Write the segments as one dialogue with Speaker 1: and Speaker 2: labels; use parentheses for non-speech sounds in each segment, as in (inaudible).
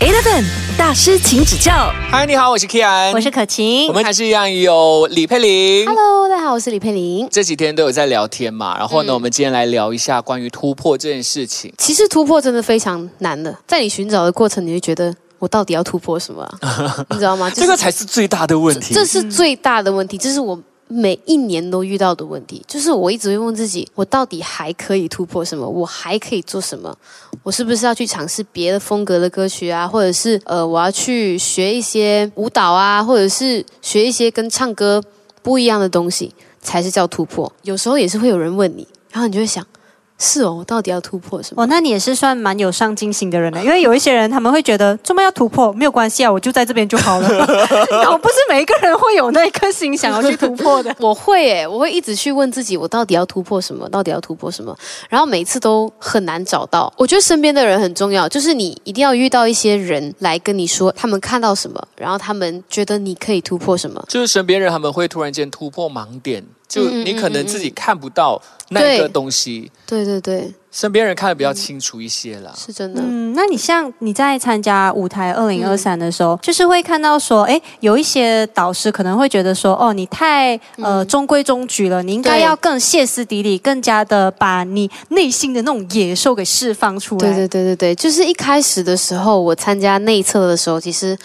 Speaker 1: Seven 大师，请指教。
Speaker 2: 嗨，你好，我是 Kian，
Speaker 3: 我是可晴
Speaker 2: 我。们还是一样有李佩玲。
Speaker 3: Hello，大家好，我是李佩玲。
Speaker 2: 这几天都有在聊天嘛，然后
Speaker 3: 嗯
Speaker 2: 呢，我们今天来聊一下关于突破这件事情。
Speaker 3: 其实突破真的非常难的，在你寻找的过程，你会觉得我到底要突破什么啊、 (laughs) 你知道吗？就是
Speaker 2: 这个才是最大的问题。
Speaker 3: 这是最大的问题，这是我每一年都遇到的问题，就是我一直会问自己，我到底还可以突破什么？我还可以做什么？我是不是要去尝试别的风格的歌曲啊，或者是呃，我要去学一些舞蹈啊，或者是学一些跟唱歌不一样的东西，才是叫突破。有时候也是会有人问你，然后你就会想，是哦，我到底要突破什么？。
Speaker 4: 哦，那你也是算蛮有上进心的人呢，因为有一些人他们会觉得这么要突破没有关系啊，我就在这边就好了。 (laughs) 然后不是每一个人会有那一颗心想要去突破的
Speaker 3: 我会诶，我会一直去问自己，我到底要突破什么？到底要突破什么？然后每次都很难找到。我觉得身边的人很重要，就是你一定要遇到一些人来跟你说他们看到什么，然后他们觉得你可以突破什么。
Speaker 2: 就是身边人他们会突然间突破盲点，就
Speaker 3: 嗯嗯
Speaker 2: 你可能自己看不到那
Speaker 3: 对
Speaker 2: 个东西，
Speaker 3: 对对对，
Speaker 2: 身边人看得比较清楚一些啦。
Speaker 3: 是真的。
Speaker 4: (laughs) 嗯，那你像你在参加舞台二零二三的时候，就是会看到说，哎，有一些导师可能会觉得说，哦，你太呃中规中矩了，你应该
Speaker 3: 对
Speaker 4: 要更歇斯底里，更加的把你内心的那种野兽给释放出来。
Speaker 3: 对对对对对，就是一开始的时候，我参加内测的时候，其实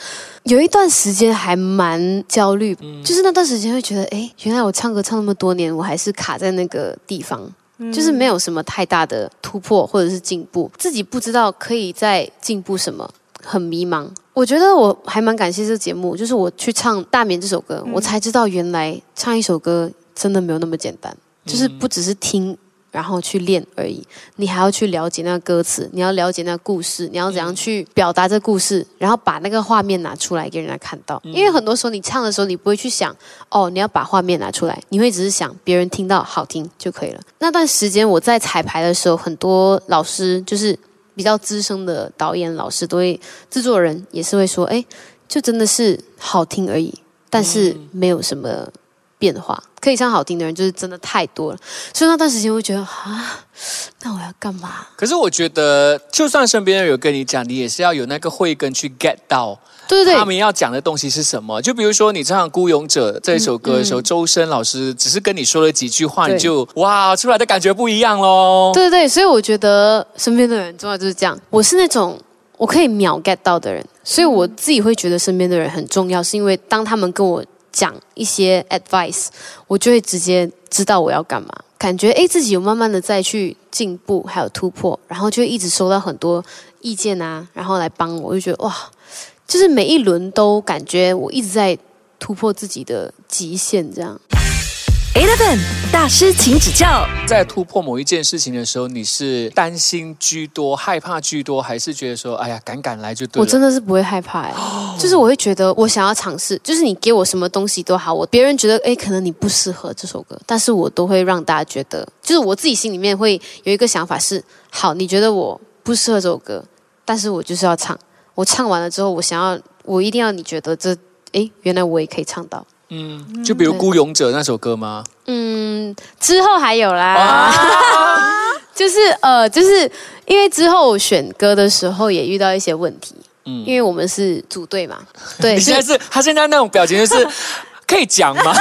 Speaker 3: 有一段时间还蛮焦虑，
Speaker 4: 嗯
Speaker 3: 就是那段时间会觉得，哎，原来我唱歌唱那么多年，我还是卡在那个地方。
Speaker 4: 嗯
Speaker 3: 就是没有什么太大的突破或者是进步，自己不知道可以再进步什么，很迷茫。我觉得我还蛮感谢这个节目，就是我去唱《大眠》这首歌，我才知道原来唱一首歌真的没有那么简单，就是不只是听然后去练而已。你还要去了解那个歌词，你要了解那个故事，你要怎样去表达这故事，然后把那个画面拿出来给人家看到。因为很多时候你唱的时候，你不会去想哦，你要把画面拿出来，你会只是想别人听到好听就可以了。那段时间我在彩排的时候，很多老师就是比较资深的导演老师都会，制作人也是会说，哎，就真的是好听而已，但是没有什么变化。可以唱好听的人就是真的太多了，所以那段时间我会觉得啊，那我要干嘛？
Speaker 2: 可是我觉得，就算身边人有跟你讲，你也是要有那个慧根去 get 到
Speaker 3: 对对
Speaker 2: 他
Speaker 3: 对，
Speaker 2: 们要讲的东西是什么。就比如说你唱《孤勇者》这一首歌的时候，周深老师只是跟你说了几句话，
Speaker 3: 嗯对
Speaker 2: 你就哇，出来的感觉不一样喽。
Speaker 3: 对对，所以我觉得身边的人重要就是这样。我是那种我可以秒 get 到的人，所以我自己会觉得身边的人很重要，是因为当他们跟我讲一些 advice，我就会直接知道我要干嘛，感觉诶自己有慢慢的再去进步，还有突破，然后就一直收到很多意见啊，然后来帮我，我就觉得哇，就是每一轮都感觉我一直在突破自己的极限，这样。
Speaker 1: Eleven 大师，请指教。
Speaker 2: 在突破某一件事情的时候，你是担心居多、害怕居多，还是觉得说，哎呀，敢敢来就对了？
Speaker 3: 我真的是不会害怕、欸，就是我会觉得我想要尝试，就是你给我什么东西都好，我别人觉得哎，可能你不适合这首歌，但是我都会让大家觉得，就是我自己心里面会有一个想法是，好，你觉得我不适合这首歌，但是我就是要唱，我唱完了之后，我想要，我一定要你觉得这，哎，原来我也可以唱到，
Speaker 2: 嗯，就比如《
Speaker 3: 对
Speaker 2: 孤勇者》那首歌吗？
Speaker 3: 嗯，之后还有啦。
Speaker 2: 啊，
Speaker 3: (laughs) 就是呃，就是因为之后选歌的时候也遇到一些问题，
Speaker 2: 嗯
Speaker 3: 因为我们是组队
Speaker 2: (laughs)
Speaker 3: 嘛，对，
Speaker 2: 你现在
Speaker 3: 就是
Speaker 2: 他现在那种表情就
Speaker 3: (laughs)
Speaker 2: 是。可以讲吗？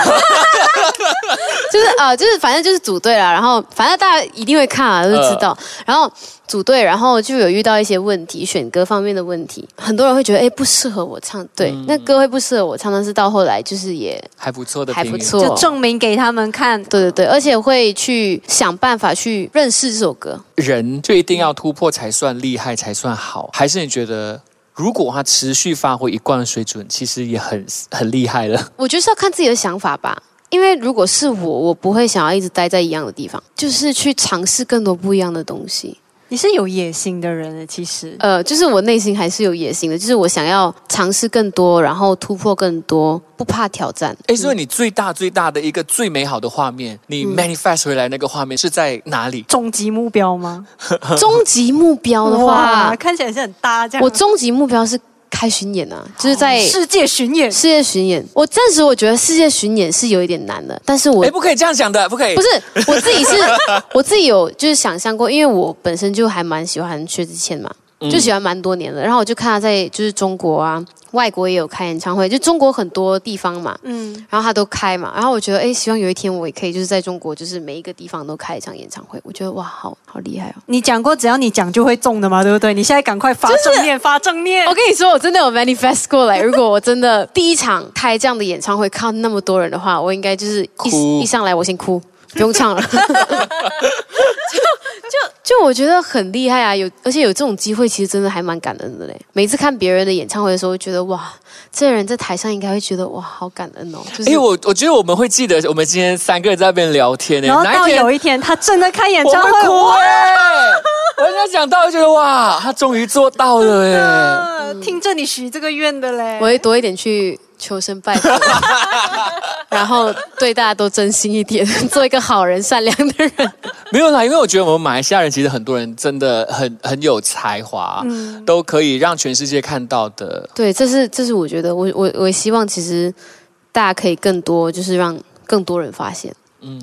Speaker 3: 就是呃，就是反正就是组队啦，然后反正大家一定会看啊，都知道。
Speaker 2: 呃
Speaker 3: 然后组队，然后就有遇到一些问题，选歌方面的问题，很多人会觉得哎不适合我唱，对，
Speaker 2: 嗯
Speaker 3: 那歌会不适合我唱，但是到后来就是也
Speaker 2: 还不错的
Speaker 3: 还
Speaker 2: 评语，
Speaker 3: 不错，
Speaker 4: 就证明给他们看，
Speaker 3: 对对对，而且会去想办法去认识这首歌，
Speaker 2: 人就一定要突破才算厉害，才算好？还是你觉得，如果他持续发挥一贯的水准，其实也很很厉害了？
Speaker 3: 我觉得是要看自己的想法吧。因为如果是我，我不会想要一直待在一样的地方，就是去尝试更多不一样的东西。
Speaker 4: 你是有野心的人呢，欸其实。
Speaker 3: 呃，就是我内心还是有野心的，就是我想要尝试更多，然后突破更多，不怕挑战。
Speaker 2: 哎，所以你最大最大的一个最美好的画面，你
Speaker 4: 嗯
Speaker 2: manifest 回来那个画面是在哪里？
Speaker 4: 终极目标吗？
Speaker 3: 终极目标的话
Speaker 4: 哇，，看起来是很搭这样。
Speaker 3: 我终极目标是开巡演啊，就是在
Speaker 4: 世界巡演，
Speaker 3: 世界巡演。我暂时我觉得世界巡演是有一点难的，但是我
Speaker 2: 哎，不可以这样想的，不可以。
Speaker 3: (laughs) 不是，我自己是，我自己有就是想象过，因为我本身就还蛮喜欢薛之谦嘛，
Speaker 2: 嗯
Speaker 3: 就喜欢蛮多年的。然后我就看他在就是中国啊，外国也有开演唱会，就中国很多地方嘛，
Speaker 4: 嗯，
Speaker 3: 然后他都开嘛。然后我觉得，哎，希望有一天我也可以就是在中国，就是每一个地方都开一场演唱会。我觉得哇，好好厉害哦！
Speaker 4: 你讲过，只要你讲就会中的嘛，对不对？你现在赶快发正念，发正念
Speaker 3: (laughs) 我。跟你说，我真的有 manifest 过来。如果我真的第一场开这样的演唱会，看到那么多人的话，我应该就是
Speaker 2: 哭
Speaker 3: 一一上来我先
Speaker 2: (laughs)
Speaker 3: 哭，不用唱了。就就就我觉得很厉害啊！有而且有这种机会，其实真的还蛮感恩的嘞。每次看别人的演唱会的时候，会觉得哇，这人在台上应该会觉得哇，好感恩哦。就是、
Speaker 2: 哎、我我觉得我们会记得，我们今天三个人在那边聊天呢、
Speaker 4: 然后
Speaker 2: 哪
Speaker 4: 到
Speaker 2: 一天
Speaker 4: 有一天他真的开演
Speaker 2: 我
Speaker 4: 唱
Speaker 2: 会
Speaker 4: 会，
Speaker 2: 哭
Speaker 4: 哇
Speaker 2: 哎、我现在想到就觉得哇，他终于做到了哎、
Speaker 4: 听着你许这个愿的嘞，
Speaker 3: 我会多一点去求生拜 (laughs) 佛，然后对大家都真心一点，做一个好人、善良的人。
Speaker 2: 没有啦，因为我觉得我们马来西亚人其实很多人真的很很有才华，
Speaker 4: 嗯
Speaker 2: 都可以让全世界看到的。
Speaker 3: 对，这是这是我觉得，我我我希望其实大家可以更多，就是让更多人发现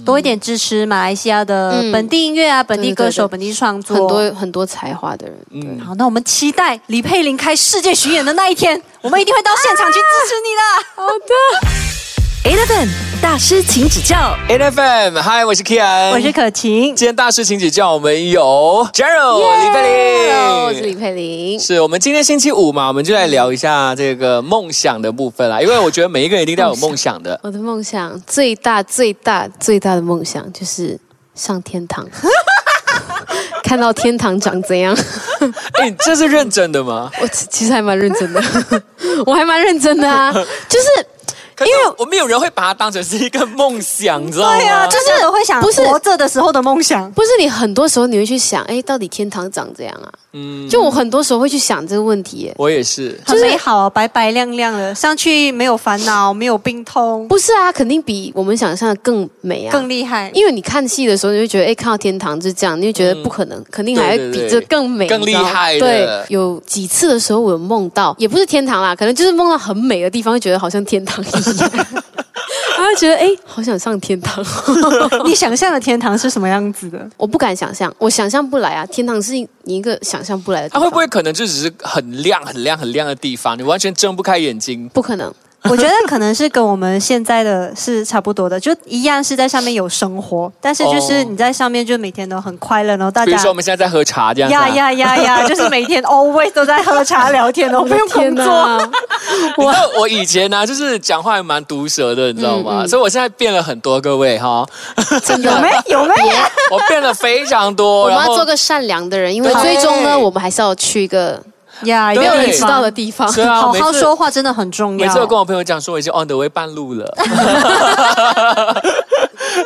Speaker 4: 多一点支持马来西亚的
Speaker 3: 嗯
Speaker 4: 本地音乐啊，本地歌手、
Speaker 3: 对对对
Speaker 4: 本地创作。
Speaker 3: 很多很多才华的人。
Speaker 2: 嗯，
Speaker 4: 好，那我们期待李佩玲开世界巡演的那一 (laughs) 天，我们一定会到现场去支持你的。
Speaker 1: Eleven 大师，请指教。
Speaker 2: N F M，嗨，我是 Kian，
Speaker 4: 我是可晴，
Speaker 2: 今天大师请指教，我们有 Gerald 李
Speaker 3: 我
Speaker 2: 佩
Speaker 3: 是
Speaker 2: 玲。
Speaker 3: 李佩玲。
Speaker 2: 是我们今天星期五嘛，我们就来聊一下这个梦想的部分啦。因为我觉得每一个人一定都要有梦想
Speaker 3: (laughs)
Speaker 2: 的，
Speaker 3: 我的梦想最大最大最大的梦想就是上天堂， (laughs) 看到天堂长怎样。 (laughs)
Speaker 2: 哎、你这是认真的吗？
Speaker 3: 我其其实还蛮认真的， (laughs) 我还蛮认真的啊，就是
Speaker 2: 因为我们有人会把它当成是一个梦想，你知道吗？
Speaker 4: 对啊，就是我会想
Speaker 3: 不是
Speaker 4: 活着的时候的梦想。
Speaker 3: 不是你很多时候你会去想，哎，到底天堂长怎样啊？
Speaker 2: 嗯，
Speaker 3: 就我很多时候会去想这个问题耶。
Speaker 2: 我也是。
Speaker 4: 很美好啊，白白亮亮的，上去没有烦恼，没有病痛，
Speaker 3: 不是啊，肯定比我们想象的更美啊，
Speaker 4: 更厉害。
Speaker 3: 因为你看戏的时候，你就觉得哎，看到天堂就这样，你就觉得不可能，肯定还会比这更
Speaker 2: 嗯
Speaker 3: 美、
Speaker 2: 对对对
Speaker 3: 你知道吗
Speaker 2: 更厉害的
Speaker 3: 对，有几次的时候，我有梦到，也不是天堂啦，可能就是梦到很美的地方，就觉得好像天
Speaker 2: (laughs)
Speaker 3: 堂一样，然后觉得哎，好想上天堂。 (laughs)
Speaker 4: 你想象的天堂是什么样子的？
Speaker 3: 我不敢想象，我想象不来啊！天堂是你一个想象不来的地
Speaker 2: 它会
Speaker 3: 方，
Speaker 2: 不会可能就只是很亮、很亮、很亮的地方，你完全睁不开眼睛？
Speaker 3: 不可能？
Speaker 4: 我觉得可能是跟我们现在的是差不多的，就一样是在上面有生活，但是就是
Speaker 2: 哦
Speaker 4: 你在上面就每天都很快乐，然后大
Speaker 2: 比如
Speaker 4: 家
Speaker 2: 说我们现在在喝茶这样子、啊，
Speaker 4: 呀呀呀
Speaker 2: (laughs)
Speaker 4: 呀，就是每天 always 都在喝茶聊天哦，不用
Speaker 3: 天
Speaker 4: 工作。！
Speaker 2: 你知道我以前呢、就是讲话还蛮毒舌的，你知道吗？
Speaker 3: 嗯嗯
Speaker 2: 所以我现在变了很多，各位哈，(laughs)
Speaker 3: 真
Speaker 4: 有没
Speaker 3: 的。
Speaker 4: 有没有？
Speaker 2: 我变了非常
Speaker 3: (laughs) 我
Speaker 2: 多。
Speaker 3: 们
Speaker 2: 然
Speaker 3: 要
Speaker 2: 后
Speaker 3: 做个善良的人，因为
Speaker 2: 对
Speaker 3: 最终呢，我们还是要去一个
Speaker 4: (laughs) 呀，
Speaker 2: 对啊
Speaker 3: 没有
Speaker 4: 有
Speaker 3: 人
Speaker 4: 地
Speaker 3: 知道
Speaker 4: 方
Speaker 3: 的地方。
Speaker 2: 对啊，
Speaker 4: 好
Speaker 2: 每
Speaker 4: 好
Speaker 2: 次
Speaker 4: 说话真的很重要。
Speaker 2: 每次我跟我朋友讲说，我已经 on the way 半路了。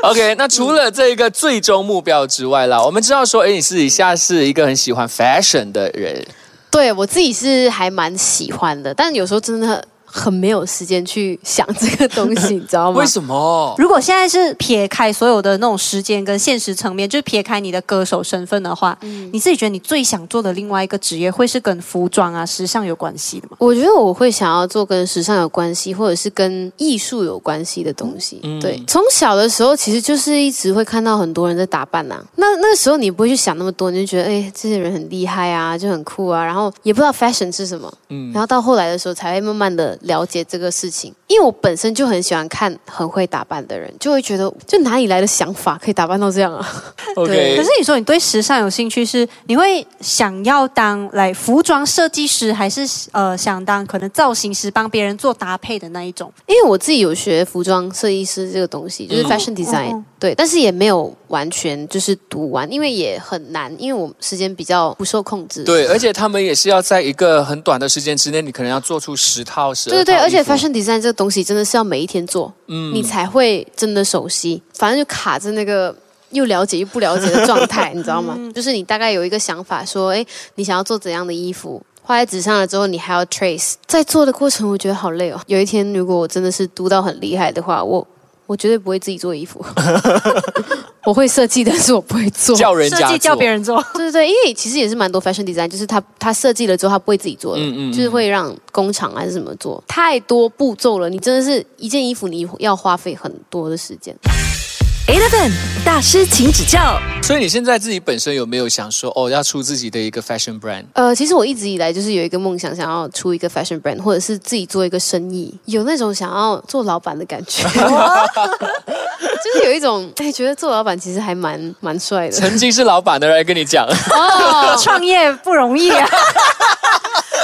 Speaker 2: OK，那除了这一个最终目标之外啦，我们知道说，哎，你私底下是一个很喜欢 fashion 的人，
Speaker 3: 对我自己是还蛮喜欢的，但有时候真的很没有时间去想这个东西，你知道吗
Speaker 2: 为？什么？
Speaker 4: 如果现在是撇开所有的那种时间跟现实层面，就是撇开你的歌手身份的话，
Speaker 2: 嗯
Speaker 4: 你自己觉得你最想做的另外一个职业会是跟服装啊、时尚有关系的吗？
Speaker 3: 我觉得我会想要做跟时尚有关系，或者是跟艺术有关系的东西。
Speaker 2: 嗯
Speaker 3: 对，从小的时候其实就是一直会看到很多人在打扮呐、啊那那个时候你不会去想那么多，你就觉得哎，这些人很厉害啊，就很酷啊，然后也不知道 fashion 是什么。
Speaker 2: 嗯
Speaker 3: 然后到后来的时候才会慢慢的了解这个事情，因为我本身就很喜欢看很会打扮的人，就会觉得就哪里来的想法可以打扮到这样啊？对
Speaker 4: 可
Speaker 2: ，OK，
Speaker 4: 是你说你对时尚有兴趣是，你会想要当来服装设计师，还是呃想当可能造型师，帮别人做搭配的那一种？
Speaker 3: 因为我自己有学服装设计师这个东西，就是
Speaker 2: 嗯
Speaker 3: fashion design，、
Speaker 4: 哦
Speaker 3: 对，但是也没有完全就是读完，因为也很难，因为我时间比较不受控制。
Speaker 2: 对，而且他们也是要在一个很短的时间之内，你可能要做出十套、十
Speaker 3: 对
Speaker 2: 二
Speaker 3: 对
Speaker 2: 套
Speaker 3: 对，而且
Speaker 2: 衣服
Speaker 3: fashion design 这个东西真的是要每一天做，
Speaker 2: 嗯
Speaker 3: 你才会真的熟悉。反正就卡着那个又了解又不了解的状态，你知道吗？就是你大概有一个想法，说，哎，你想要做怎样的衣服？画在纸上了之后，你还要 trace，在做的过程，我觉得好累哦。有一天，如果我真的是读到很厉害的话，我我绝对不会自己做衣服，我会设计，但是我不会做。
Speaker 2: 叫人
Speaker 4: 设
Speaker 2: 家
Speaker 4: 计叫别
Speaker 2: 人，
Speaker 4: 人做，
Speaker 3: (laughs) 对对对，因为其实也是蛮多 fashion design，就是他他设计了之后，他不会自己做
Speaker 2: 嗯
Speaker 3: 的，
Speaker 2: 嗯嗯
Speaker 3: 就是会让工厂还是什么做，太多步骤了。你真的是一件衣服，你要花费很多的时间。
Speaker 1: Eleven 大师，请指教。
Speaker 2: 所以你现在自己本身有没有想说，哦，要出自己的一个 fashion brand？
Speaker 3: 呃，其实我一直以来就是有一个梦想，想要出一个 fashion brand，或者是自己做一个生意，有那种想要做老板的感
Speaker 2: (laughs)
Speaker 3: 觉，就是有一种哎，觉得做老板其实还蛮蛮帅的。
Speaker 2: 曾经是老板的人来跟你讲，
Speaker 3: 哦，
Speaker 4: 创业不容易
Speaker 3: (laughs)
Speaker 4: 啊！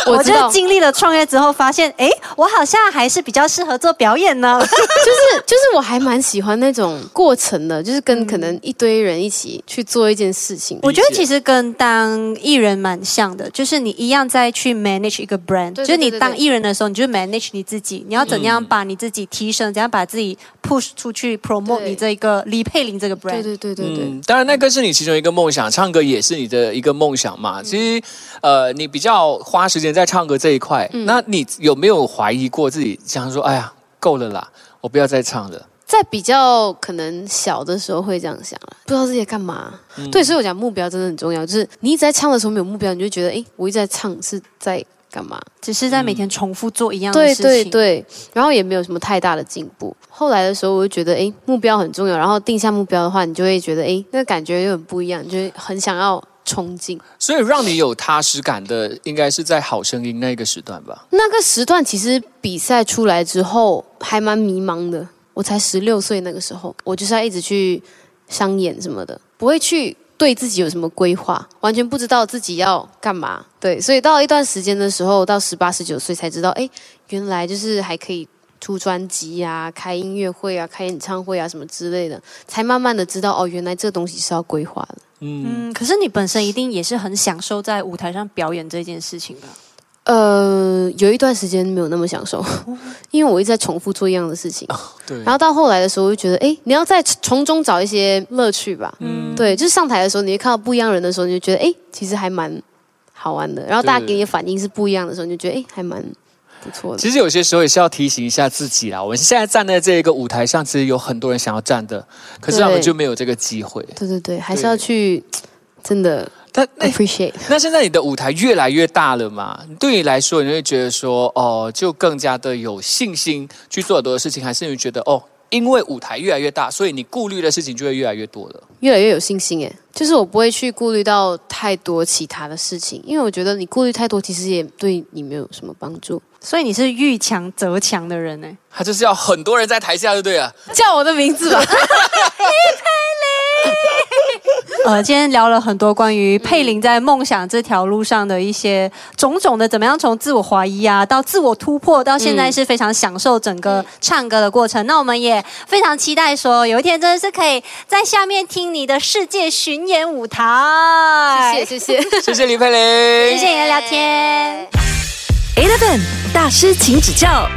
Speaker 4: 我
Speaker 3: 我知
Speaker 4: 就是
Speaker 3: 道，就是
Speaker 4: 经历了创业之后，发现，哎，我好像还是比较适合做表演
Speaker 3: (laughs)
Speaker 4: 呢。
Speaker 3: 就是我还蛮喜欢那种过程的，就是跟可能一堆人一起去做一件事情。
Speaker 4: 我觉得其实跟当艺人蛮像的，就是你一样在去 manage 一个 brand，
Speaker 3: 对对
Speaker 4: 就是你
Speaker 3: 对对嗯
Speaker 4: 当艺人的时候，你就 manage 你自己，你要怎样把你自己提升，怎样把自己 push 出去 promote
Speaker 3: 对
Speaker 4: 你这个李佩玲这个 brand。
Speaker 3: 对对对对对，
Speaker 2: 嗯，当然那个是你其中一个梦想，唱歌也是你的一个梦想嘛。
Speaker 3: 嗯
Speaker 2: 其实，呃，你比较花时间在唱歌这一块，
Speaker 3: 嗯
Speaker 2: 那你有没有怀疑过自己，想说，哎呀，够了啦，我不要再唱了？
Speaker 3: 在比较可能小的时候会这样想啊，不知道自己在干嘛。
Speaker 4: 嗯
Speaker 3: 对，所以我讲目标真的很重要，就是你一直在唱的时候没有目标，你就觉得哎，诶我一直在唱是在干嘛？
Speaker 4: 只是在每天重复做一样的
Speaker 3: 对
Speaker 4: 事情。
Speaker 3: 对对，然后也没有什么太大的进步。后来的时候，我就觉得，哎，目标很重要。然后定下目标的话，你就会觉得，哎，那个感觉有点不一样，你就会很想要冲劲。
Speaker 2: 所以让你有踏实感的，应该是在《好声音》那个时段吧。
Speaker 3: 那个时段其实比赛出来之后还蛮迷茫的，我才十六岁那个时候，我就是要一直去商演什么的，不会去对自己有什么规划，完全不知道自己要干嘛。对，所以到一段时间的时候，到十八、十九岁才知道，哎，原来就是还可以。出专辑啊，开音乐会啊，开演唱会啊，什么之类的，才慢慢的知道哦，原来这个东西是要规划的。
Speaker 2: 嗯，
Speaker 4: 嗯，可是你本身一定也是很享受在舞台上表演这件事情吧？
Speaker 3: 呃，有一段时间没有那么享受， (laughs) 因为我一直在重复做一样的事情。
Speaker 2: 对
Speaker 3: 然。后到后来的时候，我就觉得，哎，你要在从中找一些乐趣吧。
Speaker 2: 嗯
Speaker 3: 对，就是上台的时候，你会看到不一样人的时候，你就觉得，哎，其实还蛮好玩的。然后大家给你的反应是不一样的时候，你就觉得，哎，还蛮不错的。
Speaker 2: 其实有些时候也是要提醒一下自己啦。我们现在站在这一个舞台上，其实有很多人想要站的，可是他们
Speaker 3: 对
Speaker 2: 就没有这个机会。
Speaker 3: 对对对，还是要去真的
Speaker 2: 但那
Speaker 3: appreciate。
Speaker 2: 那现在你的舞台越来越大了嘛？对你来说，你会觉得说，哦，就更加的有信心去做很多的事情，还是你觉得，哦，因为舞台越来越大，所以你顾虑的事情就会越来越多了？
Speaker 3: 越来越有信心诶，就是我不会去顾虑到太多其他的事情，因为我觉得你顾虑太多，其实也对你没有什么帮助。
Speaker 4: 所以你是遇强则强的人呢、欸
Speaker 2: 他就是要很多人在台下，就对了。
Speaker 3: 叫我的名字吧。
Speaker 4: 呃，今天聊了很多关于佩玲在梦想这条路上的一些种种的，怎么样从自我怀疑啊，到自我突破，到现在是非常享受整个
Speaker 1: 嗯
Speaker 4: 唱歌的过程。那我们也非常期待说，有一天真的是可以在下面听你的世界巡演舞台。
Speaker 3: (laughs) 谢谢谢谢。
Speaker 2: 谢谢李佩玲，
Speaker 4: 谢谢你的聊天。
Speaker 1: Eleven 大师，请指教。